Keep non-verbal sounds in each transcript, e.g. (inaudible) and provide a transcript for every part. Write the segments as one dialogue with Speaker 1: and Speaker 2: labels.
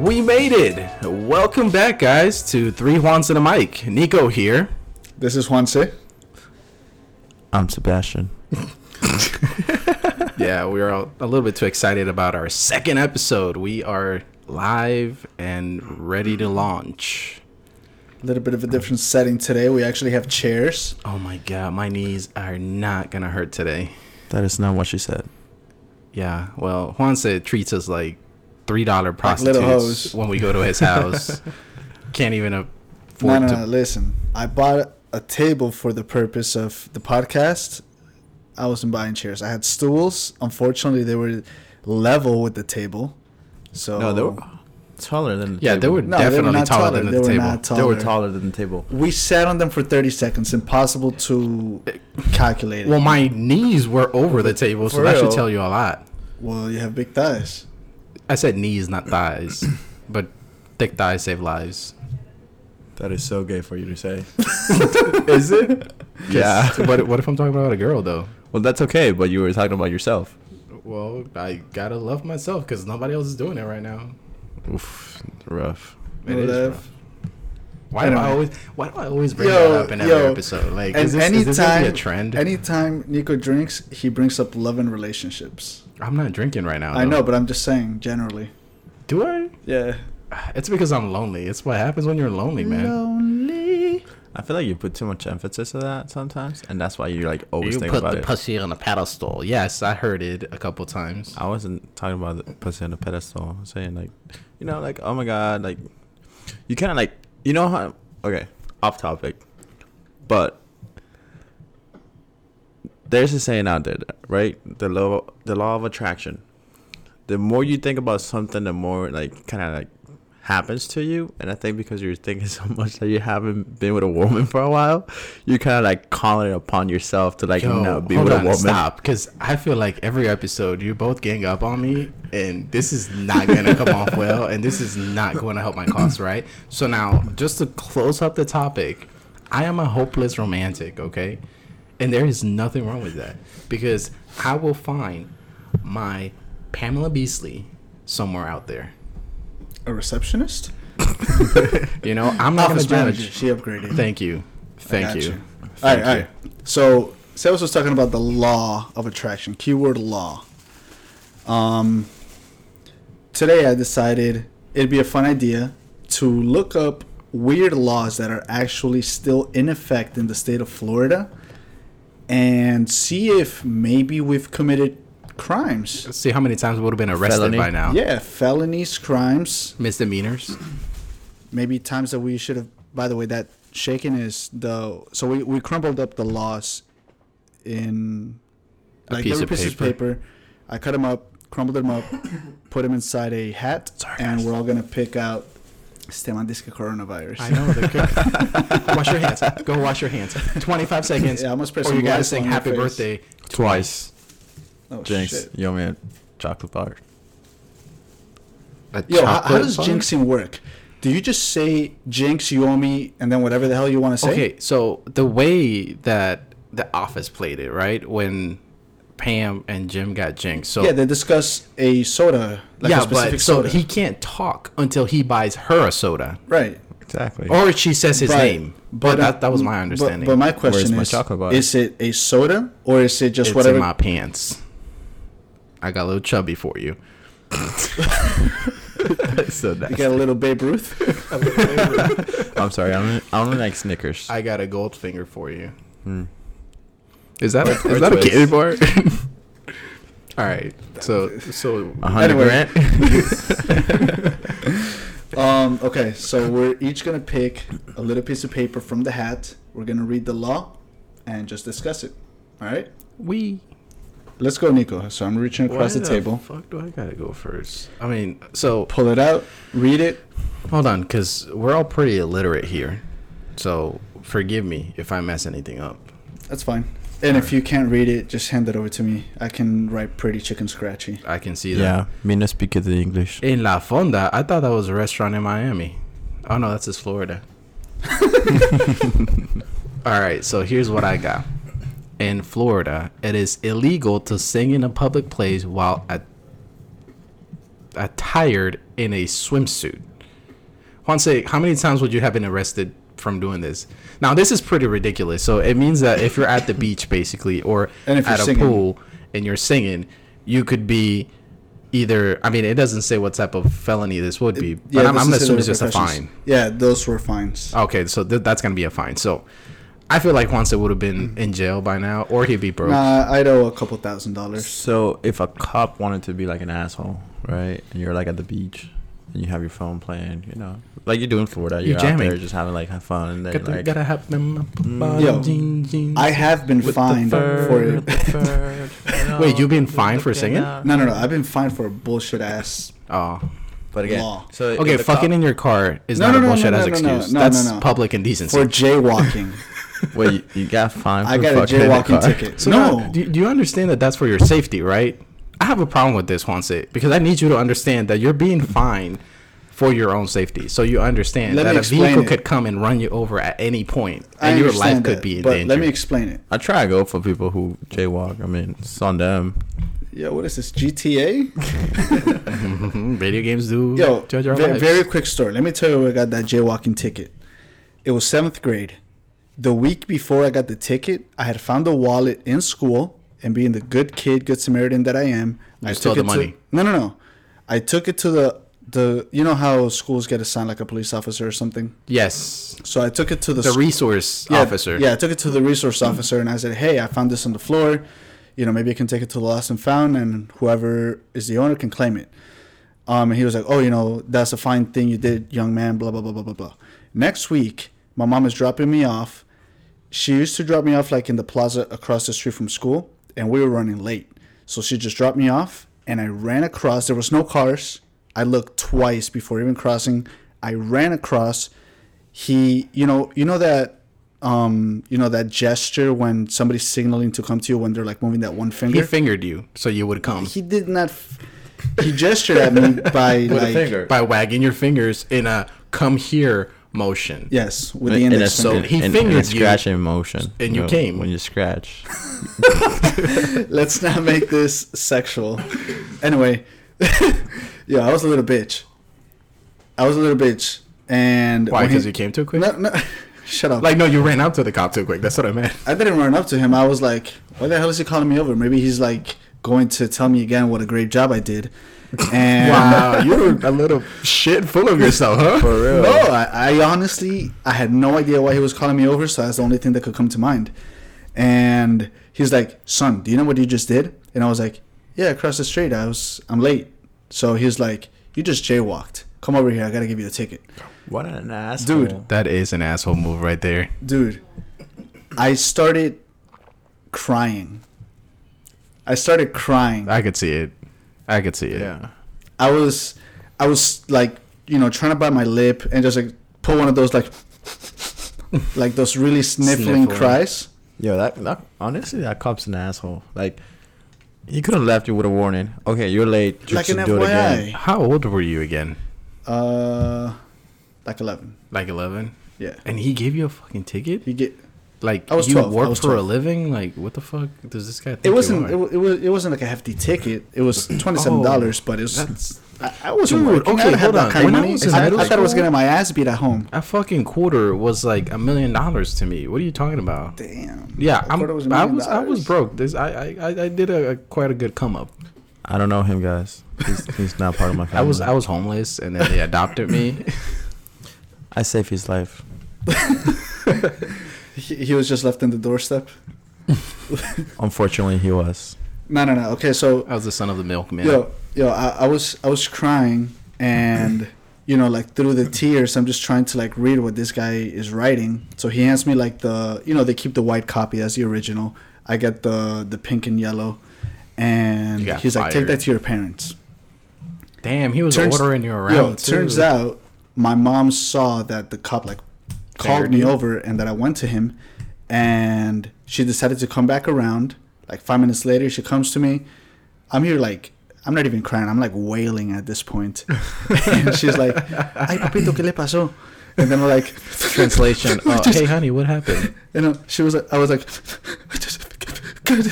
Speaker 1: We made it! Welcome back, guys, to Three Juans and a Mic. Nico here.
Speaker 2: This is Juanse.
Speaker 3: I'm Sebastian.
Speaker 1: Yeah, we are all a little bit too excited about our second episode. We are live and ready to launch.
Speaker 2: A little bit of a different setting today. We actually have chairs.
Speaker 1: Oh my god, my knees are not gonna hurt today.
Speaker 3: That is not what she said.
Speaker 1: Yeah, well, Juanse treats us like three dollar
Speaker 2: little
Speaker 1: prostitutes
Speaker 2: hoes.
Speaker 1: when we go to his
Speaker 2: (laughs)
Speaker 1: house. Can't even
Speaker 2: No,
Speaker 1: afford
Speaker 2: no,
Speaker 1: to.
Speaker 2: no. Listen, I bought a table for the purpose of the podcast. I wasn't buying chairs. I had stools. Unfortunately, they were level with the table. So
Speaker 3: No, they were taller than the
Speaker 1: Yeah,
Speaker 3: table.
Speaker 1: they were
Speaker 2: No, they were
Speaker 1: definitely
Speaker 2: not
Speaker 1: taller
Speaker 2: taller.
Speaker 1: than
Speaker 2: They
Speaker 1: the
Speaker 2: were
Speaker 1: table.
Speaker 2: not
Speaker 3: They were
Speaker 2: taller.
Speaker 3: taller than the table.
Speaker 2: We sat on them for 30 seconds. Impossible to calculate. it.
Speaker 1: Well, my knees were over the table, so
Speaker 3: For
Speaker 1: that should
Speaker 3: real?
Speaker 1: tell you a lot.
Speaker 2: well, you have big thighs.
Speaker 1: I said knees, not (clears throat) thighs, but thick thighs save lives.
Speaker 3: That is so gay for you to (laughs) say.
Speaker 1: Is
Speaker 3: (laughs)
Speaker 1: it?
Speaker 3: Yeah.
Speaker 1: what, what if I'm talking about a girl though?
Speaker 3: Well, that's okay, but you were talking about yourself.
Speaker 1: Well, I gotta love myself because nobody else is doing it right now.
Speaker 3: Oof, rough.
Speaker 1: It
Speaker 2: No
Speaker 1: is
Speaker 2: love.
Speaker 1: rough. Why do I
Speaker 2: Anyway.
Speaker 1: always Why do I always bring
Speaker 2: Yo,
Speaker 1: that up in every
Speaker 2: yo.
Speaker 1: episode? Like,
Speaker 2: And
Speaker 1: is this, is this gonna
Speaker 2: anytime,
Speaker 1: be a trend?
Speaker 2: anytime Nico drinks, he brings up love and relationships.
Speaker 1: I'm not drinking right now.
Speaker 2: I
Speaker 1: though.
Speaker 2: know, but I'm just saying generally.
Speaker 1: Do I?
Speaker 2: Yeah.
Speaker 1: It's because I'm lonely. It's what happens when you're lonely, man.
Speaker 2: Lonely.
Speaker 3: I feel like you put too much emphasis to that sometimes, and that's why you're like always
Speaker 1: You
Speaker 3: thinking
Speaker 1: put
Speaker 3: about
Speaker 1: the
Speaker 3: it.
Speaker 1: pussy on a pedestal. Yes, I heard it a couple times.
Speaker 3: I wasn't talking about the pussy on the pedestal. I'm saying like, you know, like oh my god, like you kind of like you know how okay off topic, but there's a saying out there, right? The law, the law of attraction. The more you think about something, the more like kind of like happens to you. And I think because you're thinking (laughs) so much that you haven't been with a woman for a while, you're kind of like calling upon yourself to like
Speaker 1: Yo,
Speaker 3: not be
Speaker 1: hold
Speaker 3: with a
Speaker 1: on,
Speaker 3: woman.
Speaker 1: stop, because I feel like every episode you both gang up on me, and this is not gonna come
Speaker 2: (laughs)
Speaker 1: off well, and this is not going to help my cause, right? So now, just to close up the topic, I am a hopeless romantic, okay, and there is nothing wrong with that because I will find my Pamela Beasley somewhere out there.
Speaker 2: A receptionist?
Speaker 1: You know, I'm not
Speaker 2: Office
Speaker 1: gonna
Speaker 2: manager.
Speaker 1: judge.
Speaker 2: She upgraded.
Speaker 1: Thank you, thank
Speaker 2: got
Speaker 1: you.
Speaker 2: you.
Speaker 1: Thank
Speaker 2: all right, all
Speaker 1: you.
Speaker 2: right. So, Sebas was talking about the law of attraction, keyword law. Um, today I decided it'd be a fun idea to look up weird laws that are actually still in effect in the state of Florida and see if maybe we've committed crimes.
Speaker 1: Let's see how many times we would have been arrested
Speaker 3: Felony.
Speaker 1: by now.
Speaker 2: Yeah, felonies, crimes,
Speaker 1: Misdemeanors.
Speaker 2: maybe times that we should have by the way that shaken is the so we, we crumpled up the loss in like
Speaker 1: piece
Speaker 2: there were
Speaker 1: of
Speaker 2: pieces
Speaker 1: paper.
Speaker 2: of paper i cut them up crumbled
Speaker 1: (laughs)
Speaker 2: them up put them inside a hat and we're all gonna pick out Sistema Disque coronavirus
Speaker 1: I know. They're
Speaker 2: (laughs)
Speaker 1: good. wash your hands. Go wash your hands. 25 seconds.
Speaker 2: Yeah, I almost pressed
Speaker 1: Or you
Speaker 2: some
Speaker 1: guys
Speaker 2: lights
Speaker 1: sing
Speaker 2: on your
Speaker 1: happy
Speaker 2: face.
Speaker 1: birthday.
Speaker 3: Twice,
Speaker 2: oh,
Speaker 3: Jinx,
Speaker 2: shit.
Speaker 3: yo man, chocolate bar.
Speaker 2: yo how, how does jinxing work do you just say jinx you owe me and then whatever the hell you want to say
Speaker 1: Okay, so the way that The Office played it, right? When Pam and Jim got jinxed. So
Speaker 2: yeah they discuss a soda like a
Speaker 1: yeah,
Speaker 2: specific
Speaker 1: but so
Speaker 2: soda
Speaker 1: he can't talk until he buys her a soda,
Speaker 2: right
Speaker 3: Exactly.
Speaker 1: or she says his name. But that, that was my
Speaker 2: uh,
Speaker 1: understanding.
Speaker 2: But, but my question
Speaker 3: my
Speaker 2: is:
Speaker 3: chocolate bar?
Speaker 2: Is it a soda or is it just
Speaker 1: it's
Speaker 2: whatever?
Speaker 1: in my pants. I got a little chubby for you. (laughs) That's so
Speaker 2: (laughs) you
Speaker 1: nasty.
Speaker 2: got a little Babe
Speaker 1: (laughs)
Speaker 2: Ruth.
Speaker 3: I'm sorry. I only, I only like Snickers.
Speaker 1: I got a gold finger for you.
Speaker 2: Hmm.
Speaker 1: Is that a, is
Speaker 3: or
Speaker 1: that a
Speaker 3: twist.
Speaker 1: candy bar? (laughs) All right. So so
Speaker 2: Uh-huh.
Speaker 3: A hundred
Speaker 2: Anyway.
Speaker 3: grand.
Speaker 2: um, okay, so we're each gonna pick a little piece of paper from the hat. We're gonna read the law and just discuss it. All right,
Speaker 1: (laughs) we
Speaker 2: let's go, Nico. So I'm reaching
Speaker 1: why
Speaker 2: across the
Speaker 1: the
Speaker 2: table.
Speaker 1: Fuck, do I gotta go first? I mean, so
Speaker 2: Pull it out, read it.
Speaker 1: hold on, because we're all pretty illiterate here. So forgive me if I mess anything up.
Speaker 2: That's fine. And if you can't read it, just hand it over to me. I can write pretty chicken scratchy.
Speaker 1: I can see that.
Speaker 3: yeah, me no speak the English.
Speaker 1: In La Fonda, I thought that was a restaurant in Miami. Oh no, that's just Florida. All right, so here's what I got. In Florida, it is illegal to sing in a public place while at attired in a swimsuit. Juanse, how many times would you have been arrested from doing this? Now, this is pretty ridiculous. So it means that if you're at the beach, basically, or
Speaker 2: (laughs) And if you're
Speaker 1: at a
Speaker 2: singing.
Speaker 1: pool and you're singing, you could be either. I mean, it doesn't say what type of felony this would be, but I'm,
Speaker 2: this
Speaker 1: I'm
Speaker 2: is
Speaker 1: assuming it's
Speaker 2: the
Speaker 1: just a
Speaker 2: repercussions.
Speaker 1: fine.
Speaker 2: Yeah, those were fines.
Speaker 1: Okay, so th- that's gonna be a fine. So I feel like Juanse would have been in jail by now, or he'd be broke.
Speaker 2: Mm. Nah, I'd owe a couple thousand dollars.
Speaker 3: So if a cop wanted to be like an asshole, right? And you're like at the beach and you have your phone playing, you know, like you do in Florida,
Speaker 1: You're
Speaker 3: you're, out there
Speaker 1: jamming.
Speaker 3: just having like have fun, and then
Speaker 1: Gotta-
Speaker 3: like
Speaker 1: gotta have them.
Speaker 2: Yo, I have been
Speaker 3: with the
Speaker 2: fined
Speaker 3: fur,
Speaker 2: for
Speaker 3: with
Speaker 2: it.
Speaker 3: the fur, you know,
Speaker 1: Wait, you been
Speaker 3: with
Speaker 1: fined
Speaker 3: the
Speaker 1: for singing?
Speaker 3: piano.
Speaker 2: No, no, no. I've been fined for a bullshit ass.
Speaker 1: Oh.
Speaker 3: But again,
Speaker 2: Law.
Speaker 3: so if
Speaker 1: Okay,
Speaker 3: the
Speaker 1: fucking
Speaker 3: cop-
Speaker 1: in your car is
Speaker 2: No,
Speaker 1: not
Speaker 2: no,
Speaker 1: a
Speaker 2: no,
Speaker 1: bullshit
Speaker 2: no,
Speaker 1: as
Speaker 2: no, no, no,
Speaker 1: excuse.
Speaker 2: no,
Speaker 1: That's
Speaker 2: no, no.
Speaker 1: public indecency. (laughs)
Speaker 2: For jaywalking.
Speaker 3: wait, you, you got fined. For
Speaker 2: I got a
Speaker 3: fucking in the
Speaker 2: jaywalking
Speaker 3: car?
Speaker 2: ticket.
Speaker 1: so
Speaker 2: no.
Speaker 1: now, do, do you understand that that's for your safety, right? I have a problem with this, Juanse, because I need you to understand that you're being fined for your own safety. So you understand
Speaker 2: Let me
Speaker 1: that a
Speaker 2: explain
Speaker 1: vehicle
Speaker 2: it.
Speaker 1: could come and run you over at any point,
Speaker 2: I
Speaker 1: and your
Speaker 2: understand
Speaker 1: life could
Speaker 2: that,
Speaker 1: be in
Speaker 2: but
Speaker 1: danger.
Speaker 2: let me explain it.
Speaker 3: I try to go for people who jaywalk. I mean, it's on them.
Speaker 2: Yo, what is this GTA?
Speaker 1: (laughs) Mhm, video games do
Speaker 2: Yo,
Speaker 1: judge our
Speaker 2: ve-
Speaker 1: lives.
Speaker 2: very quick story. Let me tell you where I got that jaywalking ticket. It was seventh grade. The week before I got the ticket, I had found a wallet in school, and being the good kid, good Samaritan that I am, I
Speaker 1: stole
Speaker 2: took
Speaker 1: the
Speaker 2: it to-
Speaker 1: money.
Speaker 2: no, no, no. I took it to the the. You know how schools get assigned like a police officer or something.
Speaker 1: yes,
Speaker 2: So I took it to the,
Speaker 1: the
Speaker 2: sc-
Speaker 1: resource
Speaker 2: yeah,
Speaker 1: officer.
Speaker 2: Yeah, I took it to the resource officer and I said, "Hey, I found this on the floor. You know, maybe you can take it to the lost and found, and whoever is the owner can claim it." Um, and he was like, "Oh, you know, that's a fine thing you did, young man." Blah blah blah blah blah blah. Next week, my mom is dropping me off. She used to drop me off like in the plaza across the street from school, and we were running late, so she just dropped me off, and I ran across. There was no cars. I looked twice before even crossing. I ran across. He, you know, you know that, um, you know that gesture when somebody's signaling to come to you when they're like moving that one
Speaker 1: He
Speaker 2: finger.
Speaker 1: fingered you, so you would come
Speaker 2: He did not. F- he gestured at me by like
Speaker 1: by wagging your fingers in a "come here" motion.
Speaker 2: Yes, with
Speaker 3: In,
Speaker 2: the
Speaker 3: in a
Speaker 2: index
Speaker 3: so
Speaker 2: finger.
Speaker 1: he
Speaker 3: he in, in a
Speaker 1: fingered you,
Speaker 3: scratching motion,
Speaker 1: and you
Speaker 3: know,
Speaker 1: came.
Speaker 3: when you scratch.
Speaker 2: (laughs) Let's not make this sexual. Anyway, (laughs) yeah, I was a little bitch. I was a little bitch, and
Speaker 1: Why?
Speaker 2: when he-
Speaker 1: Because you came too quick.
Speaker 2: No, no, (laughs) shut up.
Speaker 1: Like no, you ran out to the cop too quick. That's what I meant.
Speaker 2: I didn't run up to him. I was like, "Why the hell is he calling me over? Maybe he's like going to tell me again what a great job I
Speaker 1: (laughs)
Speaker 2: did." And
Speaker 1: Wow, you're a little shit full of yourself, huh? For real.
Speaker 2: No, I, I honestly, I had no idea why he was calling me over, so that's the only thing that could come to mind. And he's like, "Son, do you know what you just did?" And I was like, "Yeah, across the street. I was, I'm late." So he's like, "You just jaywalked. Come over here. I gotta give you a ticket,
Speaker 3: What an asshole,
Speaker 2: dude."
Speaker 1: That is an asshole move right there.
Speaker 2: Dude, I started crying. I started crying.
Speaker 1: I could see it. I could see it.
Speaker 3: Yeah,
Speaker 2: I was, I was like, you know, trying to bite my lip and just like pull one of those like, (laughs) like those really sniffling
Speaker 1: Sniffling.
Speaker 2: cries.
Speaker 3: yo, that, that honestly, that cop's an asshole. Like, he could have left you with a warning. Okay, you're late. You
Speaker 2: like an
Speaker 3: should do it again.
Speaker 2: FYI.
Speaker 1: How old were you again?
Speaker 2: Uh, like eleven.
Speaker 1: Like eleven.
Speaker 2: Yeah.
Speaker 1: And he gave you a fucking ticket.
Speaker 2: You get.
Speaker 1: Like
Speaker 2: I was
Speaker 1: you
Speaker 2: 12, I
Speaker 1: work
Speaker 2: was
Speaker 1: for a
Speaker 2: 12.
Speaker 1: living. Like what the fuck does this guy? Think
Speaker 2: It
Speaker 1: you
Speaker 2: wasn't.
Speaker 1: are?
Speaker 2: It, wa- it was. It wasn't like a hefty ticket. It was twenty seven dollars, but it was.
Speaker 1: That's
Speaker 2: I, I wasn't
Speaker 1: Dude,
Speaker 2: working.
Speaker 1: okay,
Speaker 2: I didn't have
Speaker 1: hold
Speaker 2: that
Speaker 1: on.
Speaker 2: kind of
Speaker 1: When I
Speaker 2: money.
Speaker 1: was in
Speaker 2: I, I
Speaker 1: middle
Speaker 2: thought I was
Speaker 1: school-
Speaker 2: getting my ass beat at home.
Speaker 1: a fucking quarter was like a million dollars to me. What are you talking about?
Speaker 2: Damn.
Speaker 1: Yeah,
Speaker 2: I
Speaker 1: I'm,
Speaker 2: thought it was a
Speaker 1: I
Speaker 2: million
Speaker 1: was I was
Speaker 2: dollars.
Speaker 1: broke. This I I, I I did a, a quite a good come up.
Speaker 3: I don't know him, guys. He's, he's not part
Speaker 1: (laughs)
Speaker 3: of my family.
Speaker 1: I was I was homeless, and then they adopted
Speaker 2: (laughs)
Speaker 1: me.
Speaker 3: I saved his life.
Speaker 2: (laughs) He, he was just left on the doorstep.
Speaker 3: Unfortunately, he was.
Speaker 2: No, no, no. Okay, so
Speaker 1: I was the son of the milkman.
Speaker 2: yo, yo, I, I was, I was crying, and (clears throat) you know, like through the tears, I'm just trying to like read what this guy is writing. So he hands me like the, you know, they keep the white copy as the original. I get the the pink and yellow, and
Speaker 1: You got
Speaker 2: he's like, take
Speaker 1: fired.
Speaker 2: that to your parents.
Speaker 1: Damn, he was
Speaker 2: Turns-
Speaker 1: ordering you around.
Speaker 2: Yo,
Speaker 1: too. (laughs)
Speaker 2: turns out my mom saw that the cop like called
Speaker 1: Fingered
Speaker 2: me
Speaker 1: you?
Speaker 2: over and that I went to him and she decided to come back around. Like five minutes later she comes to me. I'm here like I'm not even crying, I'm like wailing at
Speaker 1: (laughs)
Speaker 2: this point. and she's like, Ay papito, ¿qué le pasó? And then I'm like
Speaker 1: translation. uh, hey, honey, what happened?
Speaker 2: you know, she was like, I was like, I just, God,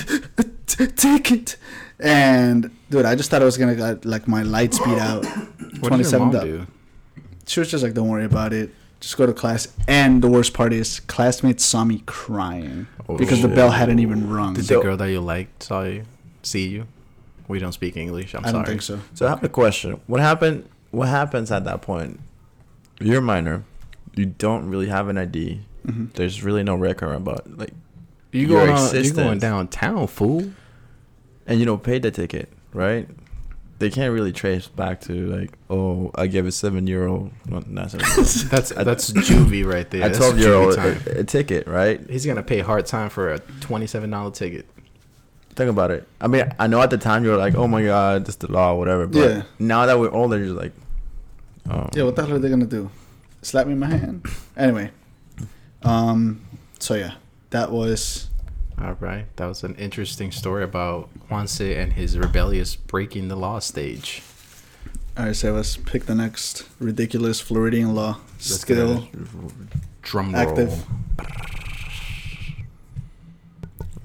Speaker 2: t- (laughs) take it. And dude, I just thought I was gonna get, like my light speed out.
Speaker 1: What does your mom
Speaker 2: 27th up.
Speaker 1: do?
Speaker 2: She was just like, "Don't worry about it. Just go to class." And the worst part is, classmates saw me crying
Speaker 1: Oh,
Speaker 2: because the
Speaker 1: shit.
Speaker 2: bell hadn't even rung.
Speaker 1: Did
Speaker 3: So-
Speaker 1: the girl that you liked saw you, see you? We don't speak English. I'm sorry.
Speaker 2: I don't think so.
Speaker 3: So I have a question. What happened? What happens at that point? You're a minor. You don't really have an ID.
Speaker 2: Mm-hmm.
Speaker 3: There's really no record about like,
Speaker 1: You
Speaker 3: Your
Speaker 1: going on, you're
Speaker 3: existence.
Speaker 1: going downtown, fool.
Speaker 2: (laughs)
Speaker 3: and you don't pay the ticket, right? They can't really trace back to like, oh, I gave a seven year old, not not seven, (laughs)
Speaker 1: That's that's juvie right there.
Speaker 3: a
Speaker 1: That's
Speaker 3: twelve year old
Speaker 1: juvie time.
Speaker 3: a, a ticket, right?
Speaker 1: He's gonna pay hard time for a twenty-seven dollar ticket.
Speaker 3: Think about it. I mean, I know at the time you were like, oh my god, this is the law, whatever. But
Speaker 2: Yeah.
Speaker 3: now that we're older, you're just like, oh,
Speaker 2: Yeah, what the hell are they gonna do? Slap me in my hand? Anyway, um, so yeah, that was
Speaker 1: All right, that was an interesting story about Juanse and his rebellious breaking the law stage.
Speaker 2: all right. So let's pick the next ridiculous Floridian law.
Speaker 1: Let's get
Speaker 2: Still
Speaker 1: Drum roll.
Speaker 2: active.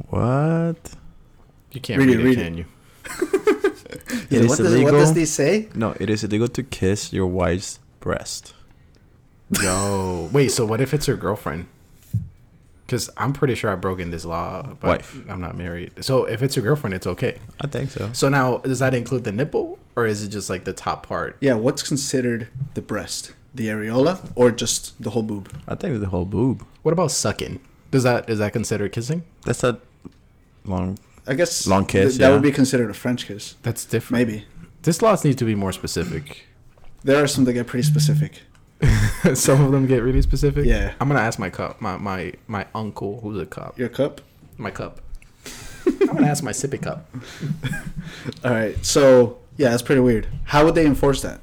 Speaker 3: what?
Speaker 1: You can't
Speaker 2: Read
Speaker 1: read,
Speaker 2: it,
Speaker 1: it,
Speaker 2: read it.
Speaker 1: can you?
Speaker 3: It is illegal.
Speaker 2: this say?
Speaker 3: No, it is illegal to kiss your wife's breast.
Speaker 1: Yo, wait. So what if it's her girlfriend? Because I'm pretty sure I've broken this law. But
Speaker 3: Wife.
Speaker 1: I'm not married. So if it's your girlfriend, it's okay.
Speaker 3: I think so.
Speaker 1: So now, does that include the nipple, or is it just like the top part?
Speaker 2: Yeah, what's considered the breast, the areola, or just the whole boob?
Speaker 3: I think the whole boob.
Speaker 1: What about sucking? Does that is that considered kissing?
Speaker 3: That's a long.
Speaker 2: I guess
Speaker 3: Long kiss,
Speaker 2: that
Speaker 3: yeah.
Speaker 2: would be considered a French kiss,
Speaker 1: That's different.
Speaker 2: maybe.
Speaker 1: This laws need to be more specific. (laughs)
Speaker 2: There are some that get pretty specific.
Speaker 1: Some of them get really specific.
Speaker 2: Yeah.
Speaker 1: I'm gonna ask my cup, my my my uncle who's a cop.
Speaker 2: Your cup.
Speaker 1: My
Speaker 2: (laughs)
Speaker 1: cup. I'm gonna ask my sippy cup.
Speaker 2: All right. So yeah, that's pretty weird. How would they enforce that?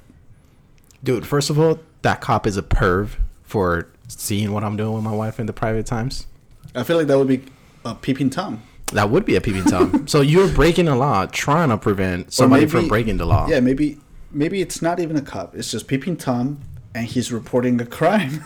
Speaker 1: Dude, first of all, that cop is a perv for seeing what I'm doing with my wife in the private times.
Speaker 2: I feel like that would be a peeping tom.
Speaker 1: That would be a peeping
Speaker 2: (laughs)
Speaker 1: tom. so you're breaking the law, trying to prevent
Speaker 2: Or
Speaker 1: somebody from
Speaker 2: maybe-
Speaker 1: breaking the law.
Speaker 2: Yeah, maybe maybe it's not even a cop. It's just peeping tom, and he's reporting a
Speaker 1: (laughs)
Speaker 2: crime.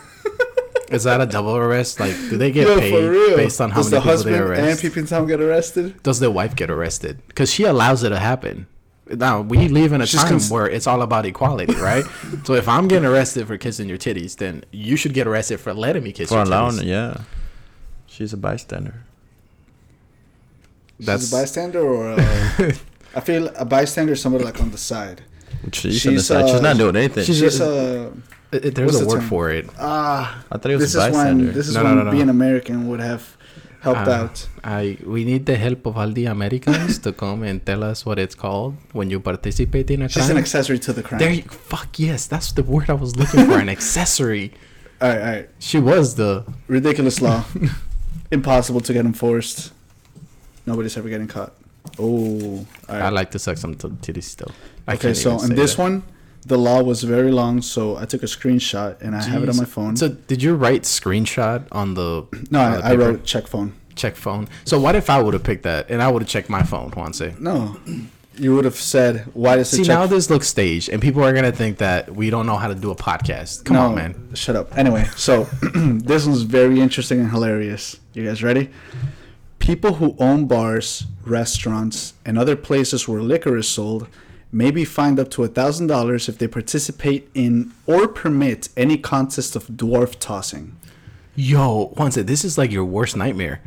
Speaker 1: Is that a double arrest? Like, do they get
Speaker 2: Yo,
Speaker 1: paid based on how
Speaker 2: Does
Speaker 1: many
Speaker 2: the
Speaker 1: people they
Speaker 2: husband and
Speaker 1: arrest?
Speaker 2: peeping tom get arrested?
Speaker 1: Does their wife get arrested? Because she allows it to happen. Now we live in a
Speaker 2: She's
Speaker 1: time
Speaker 2: cons-
Speaker 1: where it's all about equality,
Speaker 2: (laughs)
Speaker 1: right? so if I'm getting arrested for kissing your titties, then you should get arrested for letting me kiss
Speaker 3: For
Speaker 1: your
Speaker 3: allowing,
Speaker 1: titties.
Speaker 3: yeah. She's a bystander.
Speaker 1: That's-
Speaker 2: She's a bystander, or
Speaker 1: (laughs)
Speaker 2: a, I feel a bystander is somebody like on the side.
Speaker 3: She's, on the
Speaker 2: She's,
Speaker 3: side. she's
Speaker 2: uh,
Speaker 3: not doing anything.
Speaker 1: she's-
Speaker 2: She's
Speaker 1: a-
Speaker 2: a
Speaker 1: It- it- there's a
Speaker 2: What's the
Speaker 1: word
Speaker 2: term?
Speaker 1: for it.
Speaker 2: ah.
Speaker 3: I thought it was
Speaker 2: This
Speaker 3: a
Speaker 2: is when
Speaker 3: bystander.
Speaker 2: this is
Speaker 1: No, no,
Speaker 2: when
Speaker 1: no, no.
Speaker 2: being American would have helped
Speaker 1: Uh,
Speaker 2: out.
Speaker 1: I we need the help of all the Americans to come and tell us what it's called when you participate in a
Speaker 2: She's
Speaker 1: crime.
Speaker 2: an accessory to the crime.
Speaker 1: there, you, fuck yes, that's the word I was looking for. An (laughs) accessory.
Speaker 2: all right, all right.
Speaker 1: She was the
Speaker 2: Ridiculous
Speaker 1: (laughs)
Speaker 2: law. Impossible to get enforced. Nobody's ever getting caught. Oh, all
Speaker 1: I
Speaker 2: right.
Speaker 1: like to suck some t- titties though. I
Speaker 2: okay, so in
Speaker 1: in
Speaker 2: this one, the law was very long, so I took a screenshot and I have it on my phone.
Speaker 1: So did you write screenshot on the
Speaker 2: no,
Speaker 1: on the
Speaker 2: I, I
Speaker 1: paper?
Speaker 2: wrote check phone.
Speaker 1: check phone? So what if I would have picked that and I would have checked my phone, Juanse?
Speaker 2: No, you would have said, "Why does
Speaker 1: See
Speaker 2: it check?"
Speaker 1: now this looks staged and people are gonna think that we don't know how to do a podcast. Come
Speaker 2: no,
Speaker 1: on, man.
Speaker 2: shut up. Anyway, so (clears throat) this one's very interesting and hilarious. You guys ready? People who own bars, restaurants, and other places where liquor is sold may be fined up to $1,000 if they participate in or permit any contest of dwarf tossing.
Speaker 1: Yo, Juanse, this is like your worst nightmare.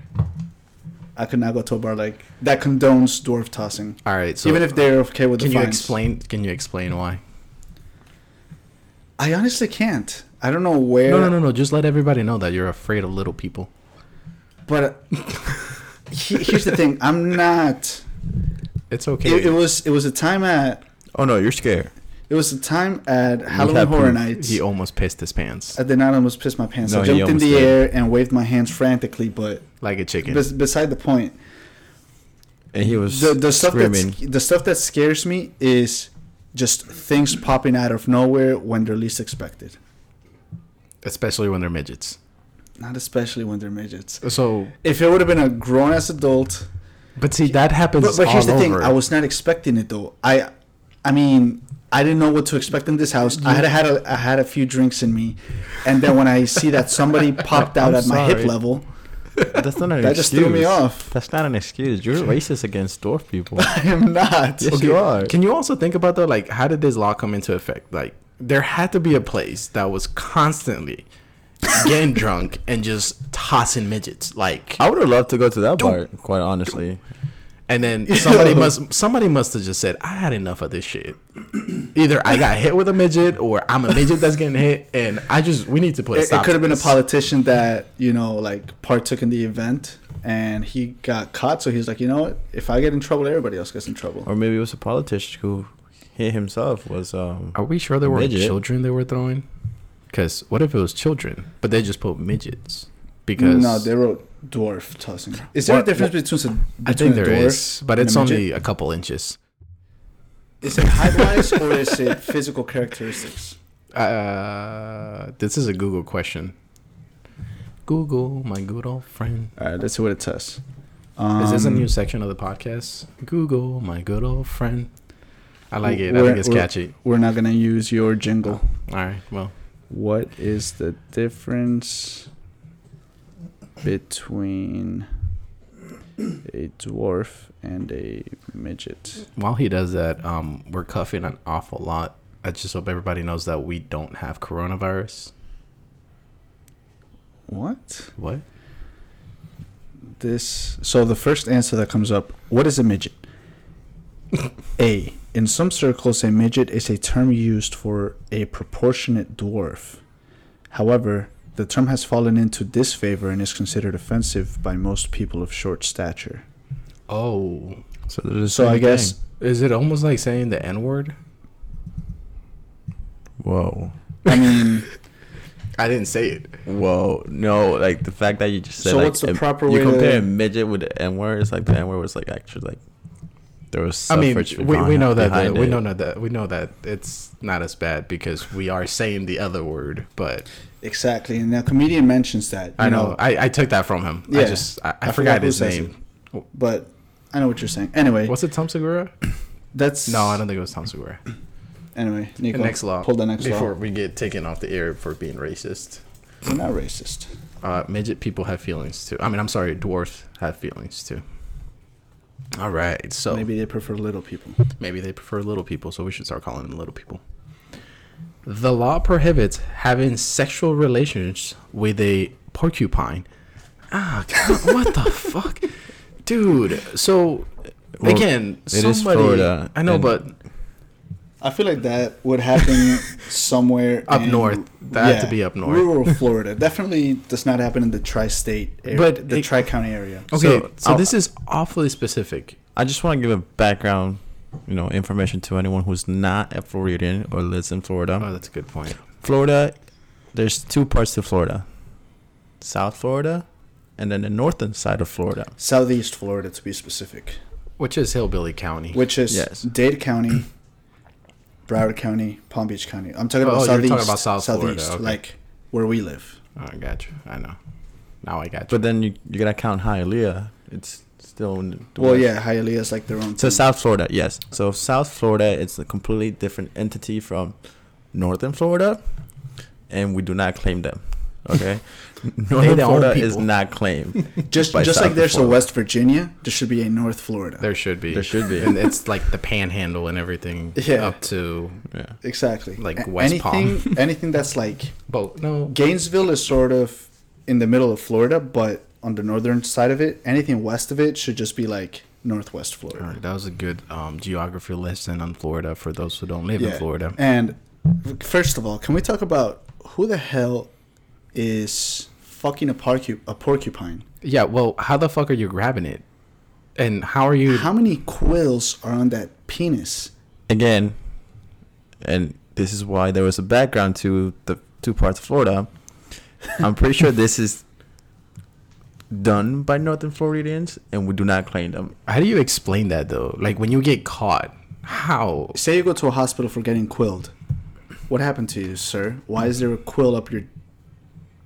Speaker 2: I could not go to a bar like that condones dwarf tossing.
Speaker 1: All right, so
Speaker 2: Even if they're okay with
Speaker 1: can
Speaker 2: the
Speaker 1: you
Speaker 2: fines.
Speaker 1: explain? Can you explain why?
Speaker 2: I honestly can't. I don't know where.
Speaker 1: No, no, no, no. Just let everybody know that you're afraid of little people.
Speaker 2: But he- here's the thing. I'm not.
Speaker 1: It's okay.
Speaker 2: It, it was. It was a time at
Speaker 3: oh no, you're scared.
Speaker 2: It was a time at Halloween
Speaker 3: have
Speaker 2: Horror
Speaker 3: proof.
Speaker 2: Nights. Uh,
Speaker 1: he almost pissed his pants
Speaker 2: I did not almost piss my pants.
Speaker 3: No,
Speaker 2: I
Speaker 3: he
Speaker 2: jumped in
Speaker 3: almost
Speaker 2: the
Speaker 3: did.
Speaker 2: air and waved my hands frantically, but
Speaker 1: like a chicken.
Speaker 2: bes- beside the point.
Speaker 3: And he was
Speaker 2: The, the stuff
Speaker 3: screaming.
Speaker 2: that the stuff that scares me is just things popping out of nowhere when they're least expected.
Speaker 1: especially when they're midgets.
Speaker 2: Not especially when they're midgets.
Speaker 1: So,
Speaker 2: If it would have been a grown ass adult,
Speaker 1: but see, that happens.
Speaker 2: but, but here's the
Speaker 1: all
Speaker 2: thing:
Speaker 1: over.
Speaker 2: I was not expecting it though. I, I mean, I didn't know what to expect in this house. I had had a, I had a few drinks in me, and then when I see that somebody popped out
Speaker 1: I'm
Speaker 2: at my hip
Speaker 1: sorry.
Speaker 2: level,
Speaker 3: That's not
Speaker 2: (laughs)
Speaker 3: an
Speaker 2: That
Speaker 3: excuse.
Speaker 2: just threw me off.
Speaker 3: That's not an excuse.
Speaker 2: (laughs)
Speaker 3: You're racist against dwarf people.
Speaker 2: I am not.
Speaker 3: Yes, you are.
Speaker 1: Can you also think about though, like how did this law come into effect? Like there had to be a place that was constantly
Speaker 2: (laughs)
Speaker 1: getting drunk and just tossing midgets. Like
Speaker 2: Uh,
Speaker 3: I would have loved to go to that part, quite honestly.
Speaker 1: and then
Speaker 2: (laughs)
Speaker 1: somebody must somebody must have just said, I had enough of this shit. Either I got hit with a midget or I'm a midget that's getting hit and I just we need to put a
Speaker 2: It,
Speaker 1: stop.
Speaker 2: it could have
Speaker 1: to
Speaker 2: been a
Speaker 1: this.
Speaker 2: politician that you know, like partook in the event, and he got caught. So he's like, you know what? If I get in trouble, everybody else gets in trouble.
Speaker 3: Or maybe it was a politician who he himself was. um
Speaker 1: Are we sure there were
Speaker 3: Midget.
Speaker 1: children they were throwing? Because what if it was children, but they just put midgets? Because
Speaker 2: no, they wrote dwarf tossing. Is there
Speaker 1: What-
Speaker 2: a difference between a
Speaker 1: I
Speaker 2: between
Speaker 1: think
Speaker 2: a
Speaker 1: there
Speaker 2: dwarf
Speaker 1: is, but
Speaker 2: and a
Speaker 1: it's
Speaker 2: midget?
Speaker 1: only a couple inches.
Speaker 2: is it height wise or is
Speaker 1: (laughs)
Speaker 2: it physical characteristics?
Speaker 1: Uh, this is a Google question. Google, my good old friend.
Speaker 2: All right, let's see what it says.
Speaker 1: Is this a
Speaker 2: Um,
Speaker 1: new section of the podcast? Google, my good old friend. I like it. I
Speaker 2: We're-
Speaker 1: think it's
Speaker 2: we're-
Speaker 1: catchy.
Speaker 2: We're not gonna use your jingle.
Speaker 1: All right. Well,
Speaker 2: What is the difference between a dwarf and a midget?
Speaker 1: while he does that, um, we're cuffing an awful lot. I just hope everybody knows that we don't have coronavirus.
Speaker 2: What?
Speaker 1: What?
Speaker 2: This. So the first answer that comes up: What is a (laughs) midget? a. In some circles, a midget is a term used for a proportionate dwarf. However, the term has fallen into disfavor and is considered offensive by most people of short stature.
Speaker 1: Oh,
Speaker 3: So, they're the
Speaker 2: So I
Speaker 3: same
Speaker 2: guess
Speaker 3: thing.
Speaker 1: is it almost like saying the N word?
Speaker 3: Whoa.
Speaker 2: I mean.
Speaker 1: I didn't say it.
Speaker 3: Whoa. No, like the fact that you just said.
Speaker 2: So
Speaker 3: like,
Speaker 2: what's the
Speaker 3: a-
Speaker 2: proper
Speaker 3: You
Speaker 2: way to-
Speaker 3: compare a midget with the N word. It's like the N word was like actually like there was.
Speaker 1: I mean,
Speaker 3: suffrage
Speaker 1: we, we
Speaker 3: behind-
Speaker 1: know that the,
Speaker 3: behind
Speaker 1: we
Speaker 3: it.
Speaker 1: know not that we know that it's not as bad because we are saying the other word. But
Speaker 2: Exactly, and the comedian mentions that. you
Speaker 1: I know, I, I took that from him. I
Speaker 2: Yeah.
Speaker 1: just I, I,
Speaker 2: I
Speaker 1: forgot
Speaker 2: forgot who
Speaker 1: his
Speaker 2: says
Speaker 1: name.
Speaker 2: but I know what you're saying. Anyway,
Speaker 1: Was it Tom Segura?
Speaker 2: that's
Speaker 1: No, I don't think it was Tom Segura.
Speaker 2: Anyway, Nico,
Speaker 1: The next law.
Speaker 2: Pull the next
Speaker 1: before
Speaker 2: law.
Speaker 1: we get taken off the air for being racist.
Speaker 2: We're not racist.
Speaker 1: Uh, midget people have feelings too. I mean, I'm sorry, dwarfs have feelings too. All right, so
Speaker 2: Maybe they prefer little people.
Speaker 1: Maybe they prefer little people, so we should start calling them little people. The law prohibits having sexual relations with a porcupine. Ah, God, what
Speaker 3: (laughs)
Speaker 1: the fuck, dude? So
Speaker 3: Well,
Speaker 1: again,
Speaker 3: it
Speaker 1: somebody.
Speaker 3: is Florida,
Speaker 1: I know,
Speaker 3: and-
Speaker 1: but
Speaker 2: I feel like that
Speaker 1: (laughs)
Speaker 2: would happen somewhere
Speaker 1: Up
Speaker 2: in-
Speaker 1: north. That had to be up north.
Speaker 2: Rural Florida definitely does not happen in the tri-state area,
Speaker 1: But
Speaker 2: but the
Speaker 1: it- Oh.
Speaker 2: tri-county area.
Speaker 1: okay. So,
Speaker 3: I'll-
Speaker 1: this is awfully specific.
Speaker 3: I just want to give a background, you know, information to anyone who's not a Floridian or lives in Florida.
Speaker 1: Oh, that's a good point.
Speaker 3: Florida, there's two parts to Florida: South Florida, and then the northern side of Florida.
Speaker 2: Southeast Florida, to be specific,
Speaker 1: Which is hillbilly county?
Speaker 2: which is
Speaker 3: Yes.
Speaker 2: Dade County, Broward County, Palm Beach County. I'm talking
Speaker 1: Oh,
Speaker 2: about
Speaker 1: you're
Speaker 2: southeast,
Speaker 1: talking about South Florida,
Speaker 2: southeast,
Speaker 1: okay.
Speaker 2: like where we live.
Speaker 1: oh, I got you. I know. Now I got you.
Speaker 3: But then you you gotta count Hialeah. It's still in the
Speaker 2: Well,
Speaker 3: west.
Speaker 2: yeah, Hialeah is like their own.
Speaker 3: So
Speaker 2: thing.
Speaker 3: South Florida, yes. So South Florida, it's a completely different entity from northern Florida, and we do not claim them.
Speaker 1: (laughs)
Speaker 3: Okay, northern
Speaker 1: their own
Speaker 3: Florida is
Speaker 1: people.
Speaker 3: not
Speaker 1: (laughs)
Speaker 3: claimed.
Speaker 2: Just
Speaker 3: by
Speaker 2: just
Speaker 3: South
Speaker 2: like there's a
Speaker 3: Florida.
Speaker 2: West Virginia, there should be a North Florida.
Speaker 1: there should be.
Speaker 3: There should be.
Speaker 1: And it's like the panhandle and everything
Speaker 2: Yeah.
Speaker 1: up to
Speaker 3: Yeah.
Speaker 2: exactly.
Speaker 1: Like
Speaker 2: A-
Speaker 1: West Palm.
Speaker 2: anything, anything that's like
Speaker 1: boat. No,
Speaker 2: Gainesville is sort of in the middle of Florida, but on the northern side of it, anything west of it should just be like Northwest Florida.
Speaker 1: All right, that was a good um, geography lesson on Florida for those who don't live in Florida.
Speaker 2: And first of all, can we talk about who the hell is fucking a porcu- a porcupine?
Speaker 1: Yeah, well, how the fuck are you grabbing it? And how are you?
Speaker 2: How many quills are on that penis?
Speaker 3: Again, and this is why there was a background to the two parts of Florida. I'm pretty sure this is done by northern Floridians, and we do not claim them.
Speaker 1: How do you explain that though? Like when you get caught, how?
Speaker 2: Say you go to a hospital for getting quilled. What happened to you, sir? Why is there a quill up your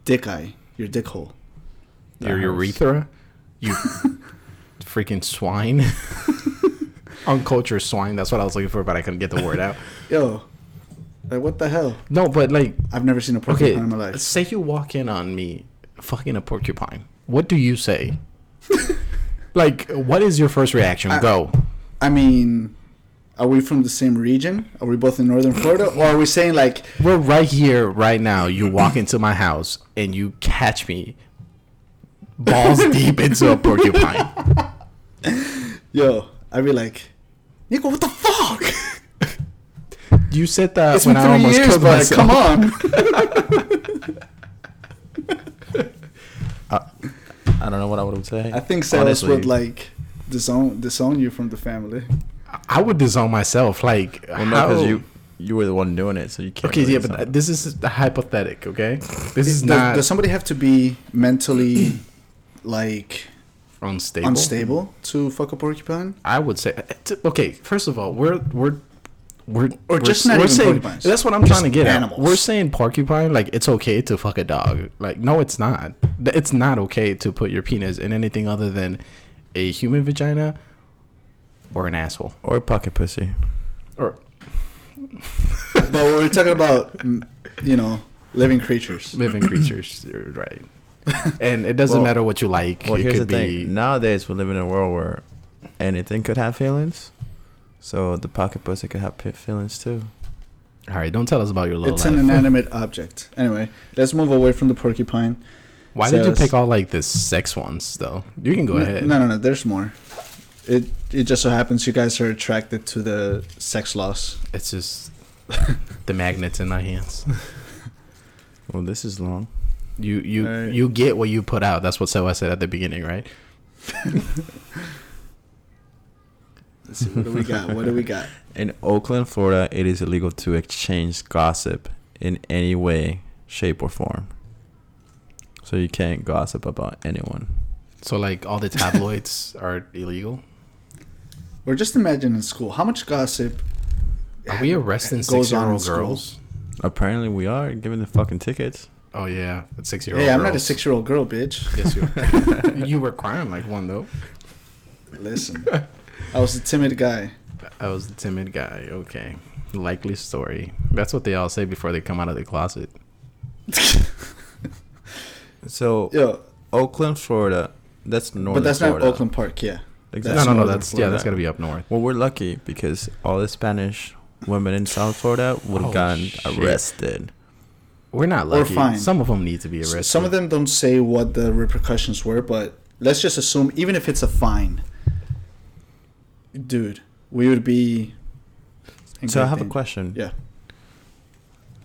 Speaker 2: dick eye, your dick hole?
Speaker 1: Your urethra? You (laughs) freaking swine. (laughs) Uncultured swine. That's what I was looking for, but I couldn't get the word
Speaker 2: (laughs)
Speaker 1: out.
Speaker 2: Yo, like what the hell?
Speaker 1: No, but like,
Speaker 2: I've never seen a porcupine
Speaker 1: okay,
Speaker 2: in my life.
Speaker 1: say you walk in on me fucking a porcupine. what do you
Speaker 2: (laughs)
Speaker 1: say? like, what is your first reaction? Go.
Speaker 2: I mean, are we from the same region? Are we both in northern Florida, or are we saying like
Speaker 1: We're right here, right now. You walk into my house and you catch me balls deep into a porcupine.
Speaker 2: Yo, I'd be like, Nico, what the fuck?
Speaker 1: You said that
Speaker 2: It's
Speaker 1: when
Speaker 2: been
Speaker 1: I almost
Speaker 2: three years,
Speaker 1: killed
Speaker 2: but
Speaker 1: myself.
Speaker 2: come on.
Speaker 3: I don't know what I would say.
Speaker 1: (laughs)
Speaker 2: I think Celos
Speaker 3: Honestly.
Speaker 2: would like disown disown you from the family.
Speaker 1: I would disown myself. Like,
Speaker 3: Well, no,
Speaker 1: how?
Speaker 3: because you you were the one doing it, so you can't.
Speaker 1: okay,
Speaker 3: really
Speaker 1: yeah, but
Speaker 3: sound-
Speaker 1: th- this is hypothetical. (laughs) Okay, this is
Speaker 2: Does,
Speaker 1: not
Speaker 2: does somebody have to be mentally like
Speaker 1: unstable.
Speaker 2: unstable to fuck a porcupine?
Speaker 1: I would say t- okay. First of all, we're we're we're
Speaker 2: Or
Speaker 1: we're-
Speaker 2: just not
Speaker 1: we're
Speaker 2: even
Speaker 1: saying,
Speaker 2: porcupines.
Speaker 1: That's what I'm
Speaker 2: Just
Speaker 1: trying to get
Speaker 2: animals.
Speaker 1: at. We're saying porcupine like it's okay to fuck a dog. Like no, it's not. Th- It's not okay to put your penis in anything other than a human vagina or an asshole.
Speaker 3: or pocket pussy.
Speaker 1: Or
Speaker 2: but we're talking about mm, you know living creatures. (clears throat)
Speaker 1: living creatures, you're right? And it doesn't
Speaker 3: Well-
Speaker 1: matter what you like.
Speaker 3: Well,
Speaker 1: it
Speaker 3: here's the
Speaker 1: could
Speaker 3: thing.
Speaker 1: be
Speaker 3: Nowadays, we live in a world where anything could have feelings, so the pocket pussy could have p- feelings too.
Speaker 1: all right. Don't tell us about your little
Speaker 2: It's
Speaker 1: life.
Speaker 2: an inanimate object. Anyway, let's move away from the porcupine.
Speaker 1: Why did you
Speaker 2: Says-
Speaker 1: pick all like the sex ones though? You can go
Speaker 2: N-
Speaker 1: ahead.
Speaker 2: No, no, no. There's more. It it just so happens you guys are attracted to the sex laws.
Speaker 1: It's
Speaker 2: (laughs)
Speaker 1: just the magnets in my hands.
Speaker 3: Well, this is long.
Speaker 1: You you
Speaker 2: Alright.
Speaker 1: you get what you put out. That's what Sewa said at the beginning, right?
Speaker 2: Let's see, what do we got? What do we got?
Speaker 3: In Oakland, Florida, it is illegal to exchange gossip in any way, shape, or form. So you can't gossip about anyone.
Speaker 1: So like all
Speaker 2: (laughs)
Speaker 1: the tabloids are illegal.
Speaker 2: Or just imagine in school how much gossip.
Speaker 1: Are we arresting
Speaker 2: goes
Speaker 1: six year
Speaker 2: on in
Speaker 1: old
Speaker 2: school.
Speaker 1: girls?
Speaker 3: Apparently, we are giving the fucking tickets.
Speaker 1: Oh yeah, six year old.
Speaker 2: Hey, I'm not a six year old girl, bitch.
Speaker 1: Yes, you. Are.
Speaker 2: (laughs)
Speaker 1: you were crying like one though.
Speaker 2: Listen, I was a timid guy.
Speaker 1: I was the timid guy. Okay, likely story. That's what they all say before they come out of the closet.
Speaker 3: So
Speaker 2: Yo,
Speaker 3: Oakland, Florida. That's north.
Speaker 2: but that's
Speaker 3: Florida.
Speaker 2: not Oakland Park, yeah.
Speaker 3: Exactly.
Speaker 1: No,
Speaker 2: That's
Speaker 1: no, no.
Speaker 2: northern
Speaker 1: That's yeah.
Speaker 2: Florida.
Speaker 1: That's gotta be up north.
Speaker 3: Well, we're lucky because all the Spanish women in South Florida would have
Speaker 1: Oh,
Speaker 3: gotten
Speaker 1: shit.
Speaker 3: arrested.
Speaker 1: We're not
Speaker 2: Or
Speaker 1: lucky.
Speaker 2: fine.
Speaker 1: Some of them need to be arrested.
Speaker 2: Some of them don't say what the repercussions were, but let's just assume, even if it's a fine, dude, we would be. in
Speaker 3: So I
Speaker 2: great
Speaker 3: have a
Speaker 2: danger.
Speaker 3: question.
Speaker 2: Yeah.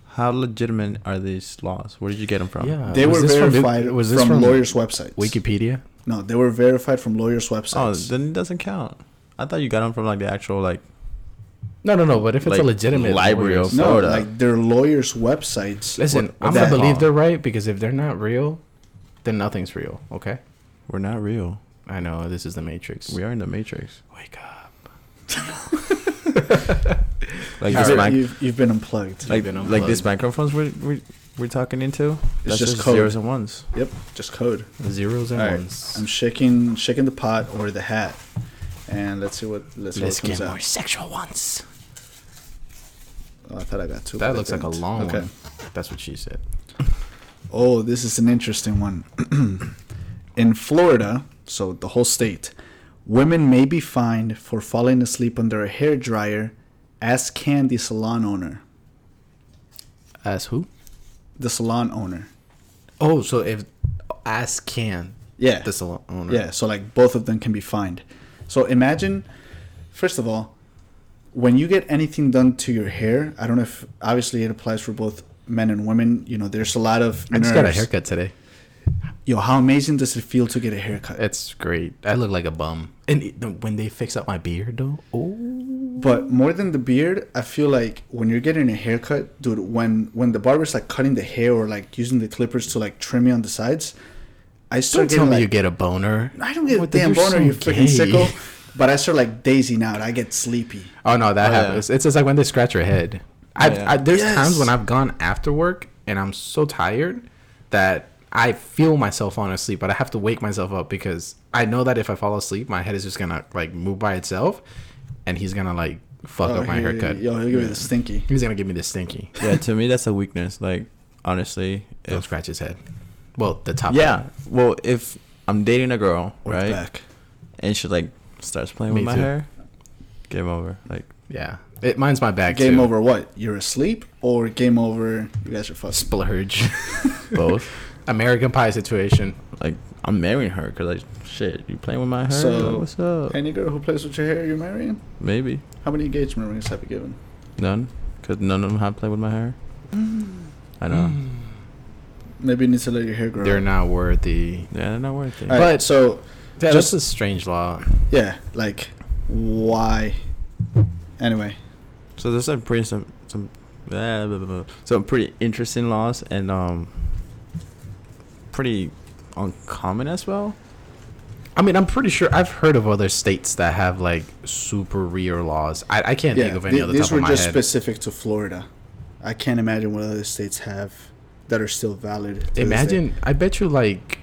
Speaker 3: How legitimate are these laws? Where did you get them from?
Speaker 1: Yeah.
Speaker 2: They
Speaker 1: Was
Speaker 2: were
Speaker 1: this from-
Speaker 2: verified
Speaker 1: was
Speaker 2: from,
Speaker 1: this from
Speaker 2: lawyers' websites.
Speaker 1: Wikipedia.
Speaker 2: No, they were verified from lawyers'
Speaker 3: Oh,
Speaker 2: websites.
Speaker 3: then it doesn't count. I thought you got them from like the actual like.
Speaker 1: No, no, no. But if it's a
Speaker 3: Like,
Speaker 1: legitimate
Speaker 3: library
Speaker 1: lawyers-
Speaker 3: of
Speaker 2: no,
Speaker 3: Florida.
Speaker 2: like their lawyers' websites.
Speaker 1: Listen,
Speaker 3: What-
Speaker 1: I'm gonna
Speaker 2: what's that
Speaker 1: believe
Speaker 3: called?
Speaker 1: they're right because if they're not real, then nothing's real. Okay.
Speaker 3: We're not real.
Speaker 1: I know this is the Matrix.
Speaker 3: We are in the Matrix.
Speaker 1: Wake up.
Speaker 3: Like
Speaker 2: You've
Speaker 3: this,
Speaker 2: been-
Speaker 3: mic-
Speaker 2: you've, you've been unplugged.
Speaker 3: like,
Speaker 1: been
Speaker 3: like this
Speaker 1: unplugged.
Speaker 3: microphones we're, we're, we're talking into. That's
Speaker 2: just
Speaker 3: just,
Speaker 2: code.
Speaker 3: zeros and ones.
Speaker 2: yep, just code.
Speaker 1: Zeros and
Speaker 2: All right,
Speaker 1: ones.
Speaker 2: I'm shaking, shaking the pot or the hat, and let's see what let's, see
Speaker 1: Let's
Speaker 2: what
Speaker 1: get
Speaker 2: comes
Speaker 1: more
Speaker 2: out.
Speaker 1: sexual ones.
Speaker 2: Oh, I thought I got two. but
Speaker 1: That
Speaker 2: I
Speaker 1: looks like a
Speaker 2: didn't.
Speaker 1: long
Speaker 2: Okay.
Speaker 1: one. That's what she said.
Speaker 2: Oh, this is an interesting one. (clears throat) In Florida, so the whole state, women may be fined for falling asleep under a hair dryer, as can the salon owner.
Speaker 1: As who?
Speaker 2: The salon owner.
Speaker 1: Oh, so if as can
Speaker 2: Yeah.
Speaker 1: the salon owner.
Speaker 2: Yeah, so like both of them can be fined. So imagine, first of all, when you get anything done to your hair, I don't know if obviously it applies for both men and women. You know, there's a lot of.
Speaker 1: I just got a
Speaker 2: nerves.
Speaker 1: haircut today.
Speaker 2: Yo, how amazing does it feel to get a haircut?
Speaker 1: It's great. I look like a bum. And it- when they fix up my beard, though, oh,
Speaker 2: But more than the beard, I feel like when you're getting a haircut, dude, when when the barber's like cutting the hair or like using the clippers to like trim me on the sides, I
Speaker 1: don't
Speaker 2: start
Speaker 1: tell
Speaker 2: getting
Speaker 1: me
Speaker 2: like
Speaker 1: you get a boner.
Speaker 2: I don't get a
Speaker 1: What the-
Speaker 2: damn
Speaker 1: you're
Speaker 2: boner,
Speaker 1: so
Speaker 2: you freaking
Speaker 1: gay.
Speaker 2: sicko. But I start like dazing out. I get sleepy.
Speaker 1: Oh no, that
Speaker 3: Oh, yeah.
Speaker 1: happens. It's just like when they scratch your head. I,
Speaker 3: Oh, yeah.
Speaker 1: I there's
Speaker 2: Yes.
Speaker 1: times when I've gone after work and I'm so tired that I feel myself falling asleep, but I have to wake myself up because I know that if I fall asleep, my head is just gonna like move by itself, and he's gonna like fuck
Speaker 2: Oh,
Speaker 1: up my
Speaker 2: he-
Speaker 1: haircut.
Speaker 2: Yo, he'll give me the stinky.
Speaker 1: He's gonna give me the stinky.
Speaker 3: Yeah, to me that's a weakness. Like honestly,
Speaker 1: He'll scratch his head. Well, the top.
Speaker 3: Yeah. Well, if I'm dating a girl,
Speaker 2: We're
Speaker 3: right?
Speaker 2: back.
Speaker 3: And she like starts playing
Speaker 1: Me
Speaker 3: with my
Speaker 1: too.
Speaker 3: hair. Game over. Like
Speaker 1: Yeah, it mine's my back.
Speaker 2: Game
Speaker 1: too.
Speaker 2: over what? You're asleep or game over you guys are fucking
Speaker 1: Splurge.
Speaker 3: both.
Speaker 1: (laughs) American Pie situation.
Speaker 3: like I'm marrying her because like shit, you playing with my hair?
Speaker 2: So-
Speaker 3: Like, what's up?
Speaker 2: Any girl who plays with your hair you're marrying?
Speaker 3: Maybe
Speaker 2: How many engagement rings have you given?
Speaker 3: none, because none of them have played with my hair. I know.
Speaker 2: Maybe you need to let your hair grow.
Speaker 1: They're not worthy.
Speaker 3: Yeah, they're not worth it.
Speaker 2: All right,
Speaker 1: But-
Speaker 2: so
Speaker 1: That's
Speaker 2: Just-
Speaker 1: just a strange law.
Speaker 2: yeah, like why? Anyway,
Speaker 3: So there's some pretty some some blah, blah, blah, blah. some pretty interesting laws and um pretty uncommon as well.
Speaker 1: I mean, I'm pretty sure I've heard of other states that have like superior laws. I, I can't
Speaker 2: yeah,
Speaker 1: think of any
Speaker 2: the-
Speaker 1: other
Speaker 2: these
Speaker 1: top
Speaker 2: were
Speaker 1: of my
Speaker 2: just
Speaker 1: head.
Speaker 2: specific to Florida. I can't imagine what other states have that are still valid. to this day.
Speaker 1: Imagine, I bet you like,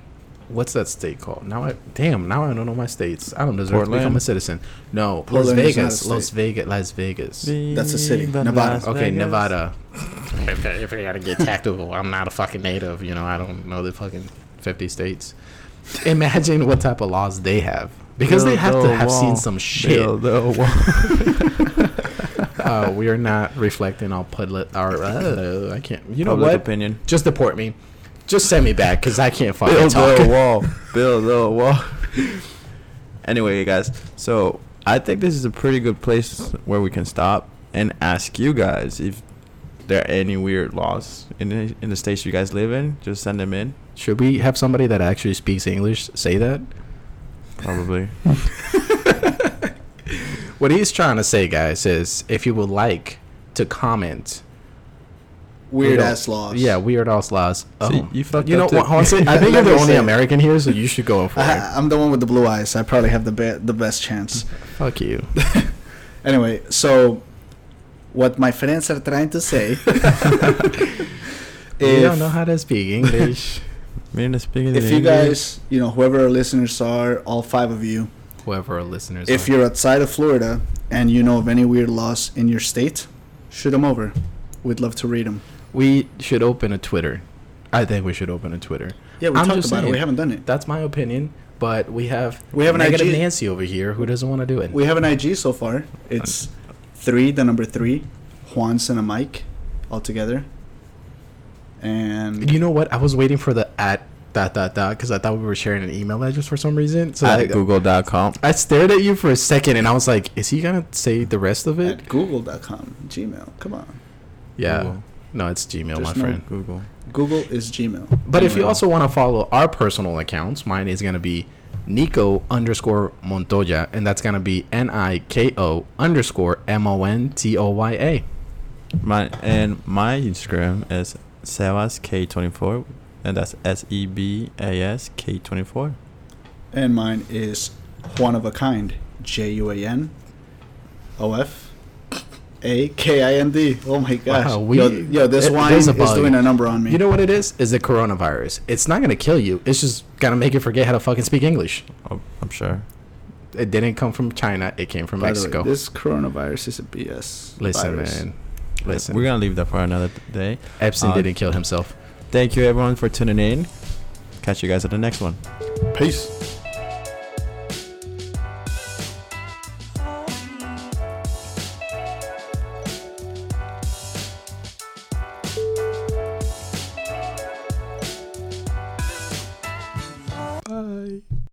Speaker 1: what's that state called? Now I damn, now I don't know my states. I don't deserve to become
Speaker 3: Portland.
Speaker 1: a citizen. No,
Speaker 2: Portland
Speaker 1: Las
Speaker 2: is not a
Speaker 1: Vegas,
Speaker 2: state.
Speaker 1: Las Vegas, Las Vegas.
Speaker 2: That's a city,
Speaker 3: Viva
Speaker 2: Nevada.
Speaker 3: Las
Speaker 1: okay,
Speaker 3: Vegas.
Speaker 1: Nevada. if, I- if I gotta get tactical, I'm not a fucking native. You know, I don't know the fucking 50 states. Imagine what type of laws they have because they
Speaker 3: Build
Speaker 1: have to
Speaker 3: the
Speaker 1: have
Speaker 3: wall.
Speaker 1: seen some shit.
Speaker 3: Build the
Speaker 1: (laughs)
Speaker 3: wall. (laughs)
Speaker 1: uh, we are not reflecting our public. Our uh, I can't. You know
Speaker 3: Public
Speaker 1: what?
Speaker 3: opinion.
Speaker 1: Just deport me. Just send me back because I can't fucking
Speaker 3: Build
Speaker 1: talk. (laughs)
Speaker 3: the wall. Build the wall. anyway, you guys. So I think this is a pretty good place where we can stop and ask you guys if there are any weird laws in the, in the states you guys live in. Just send them in.
Speaker 1: Should we have somebody that actually speaks English say that?
Speaker 3: (laughs) Probably.
Speaker 1: What he's trying to say, guys, is if you would like to comment.
Speaker 2: weird
Speaker 1: you know-
Speaker 2: ass laws.
Speaker 1: Yeah, weird ass laws. Oh,
Speaker 3: you fucked
Speaker 1: you know
Speaker 3: up
Speaker 1: what,
Speaker 3: too. (laughs)
Speaker 1: honestly, I think
Speaker 2: Let
Speaker 1: you're the
Speaker 2: me
Speaker 1: only
Speaker 2: say it.
Speaker 1: American here, so you should go in for it.
Speaker 2: (laughs) I, I'm the one with the blue eyes. I probably have the be- the best chance.
Speaker 1: Fuck you.
Speaker 2: Anyway, so what my friends are trying to say
Speaker 1: (laughs) you don't
Speaker 2: if,
Speaker 1: know how to speak English.
Speaker 3: Me and the speaking
Speaker 2: if you guys, you know, whoever our listeners are, all five of you,
Speaker 1: Whoever our listeners
Speaker 2: if you're outside of Florida and you know of any weird laws in your state, shoot them over. We'd love to read them.
Speaker 1: we should open a Twitter. I think we should open a Twitter.
Speaker 2: Yeah, we
Speaker 1: I'm
Speaker 2: talked
Speaker 1: just
Speaker 2: about it.
Speaker 1: saying.
Speaker 2: We haven't done it.
Speaker 1: That's my opinion, but we have
Speaker 2: We have an
Speaker 1: negative
Speaker 2: IG
Speaker 1: Nancy over here who doesn't want to do it.
Speaker 2: We have an IG so far. It's three, the number three, Juan's and a mic, all together. And
Speaker 1: you know what? I was waiting for the at dot dot dot because I thought we were sharing an email address for some reason. So
Speaker 3: at
Speaker 1: I,
Speaker 3: google.com.
Speaker 1: I stared at you for a second and I was like, "Is he gonna say the rest of it?"
Speaker 2: at google.com, Gmail. Come on.
Speaker 1: Yeah.
Speaker 3: Google.
Speaker 1: No, it's Gmail,
Speaker 2: There's
Speaker 1: my
Speaker 2: no-
Speaker 1: friend.
Speaker 3: Google.
Speaker 2: Google is Gmail.
Speaker 1: But if you
Speaker 2: Anyway.
Speaker 1: also want to follow our personal accounts, mine is gonna be Nico underscore Montoya, and that's gonna be N I K O underscore M O N T O Y A.
Speaker 3: My and my Instagram is sebask24, and that's S E B A S K 24.
Speaker 2: And mine is Juan of a Kind. J U A N O F A K I N D. Oh my gosh.
Speaker 1: Wow, we-
Speaker 2: yo, yo, this
Speaker 1: it-
Speaker 2: wine
Speaker 1: there's
Speaker 2: is
Speaker 1: a bug.
Speaker 2: doing a number on me.
Speaker 1: You know what it is? Is the coronavirus. It's not gonna kill you. It's just gonna make you forget how to fucking speak English.
Speaker 3: Oh, I'm sure.
Speaker 1: It didn't come from China. It came from
Speaker 2: By the way,
Speaker 1: Mexico.
Speaker 2: this coronavirus is a BS.
Speaker 1: Listen,
Speaker 2: virus.
Speaker 1: man. Listen.
Speaker 3: We're gonna leave that for another day.
Speaker 1: Epstein
Speaker 3: uh,
Speaker 1: didn't kill himself.
Speaker 3: Thank you everyone for tuning in. Catch you guys at the next one.
Speaker 2: Peace.
Speaker 1: Bye.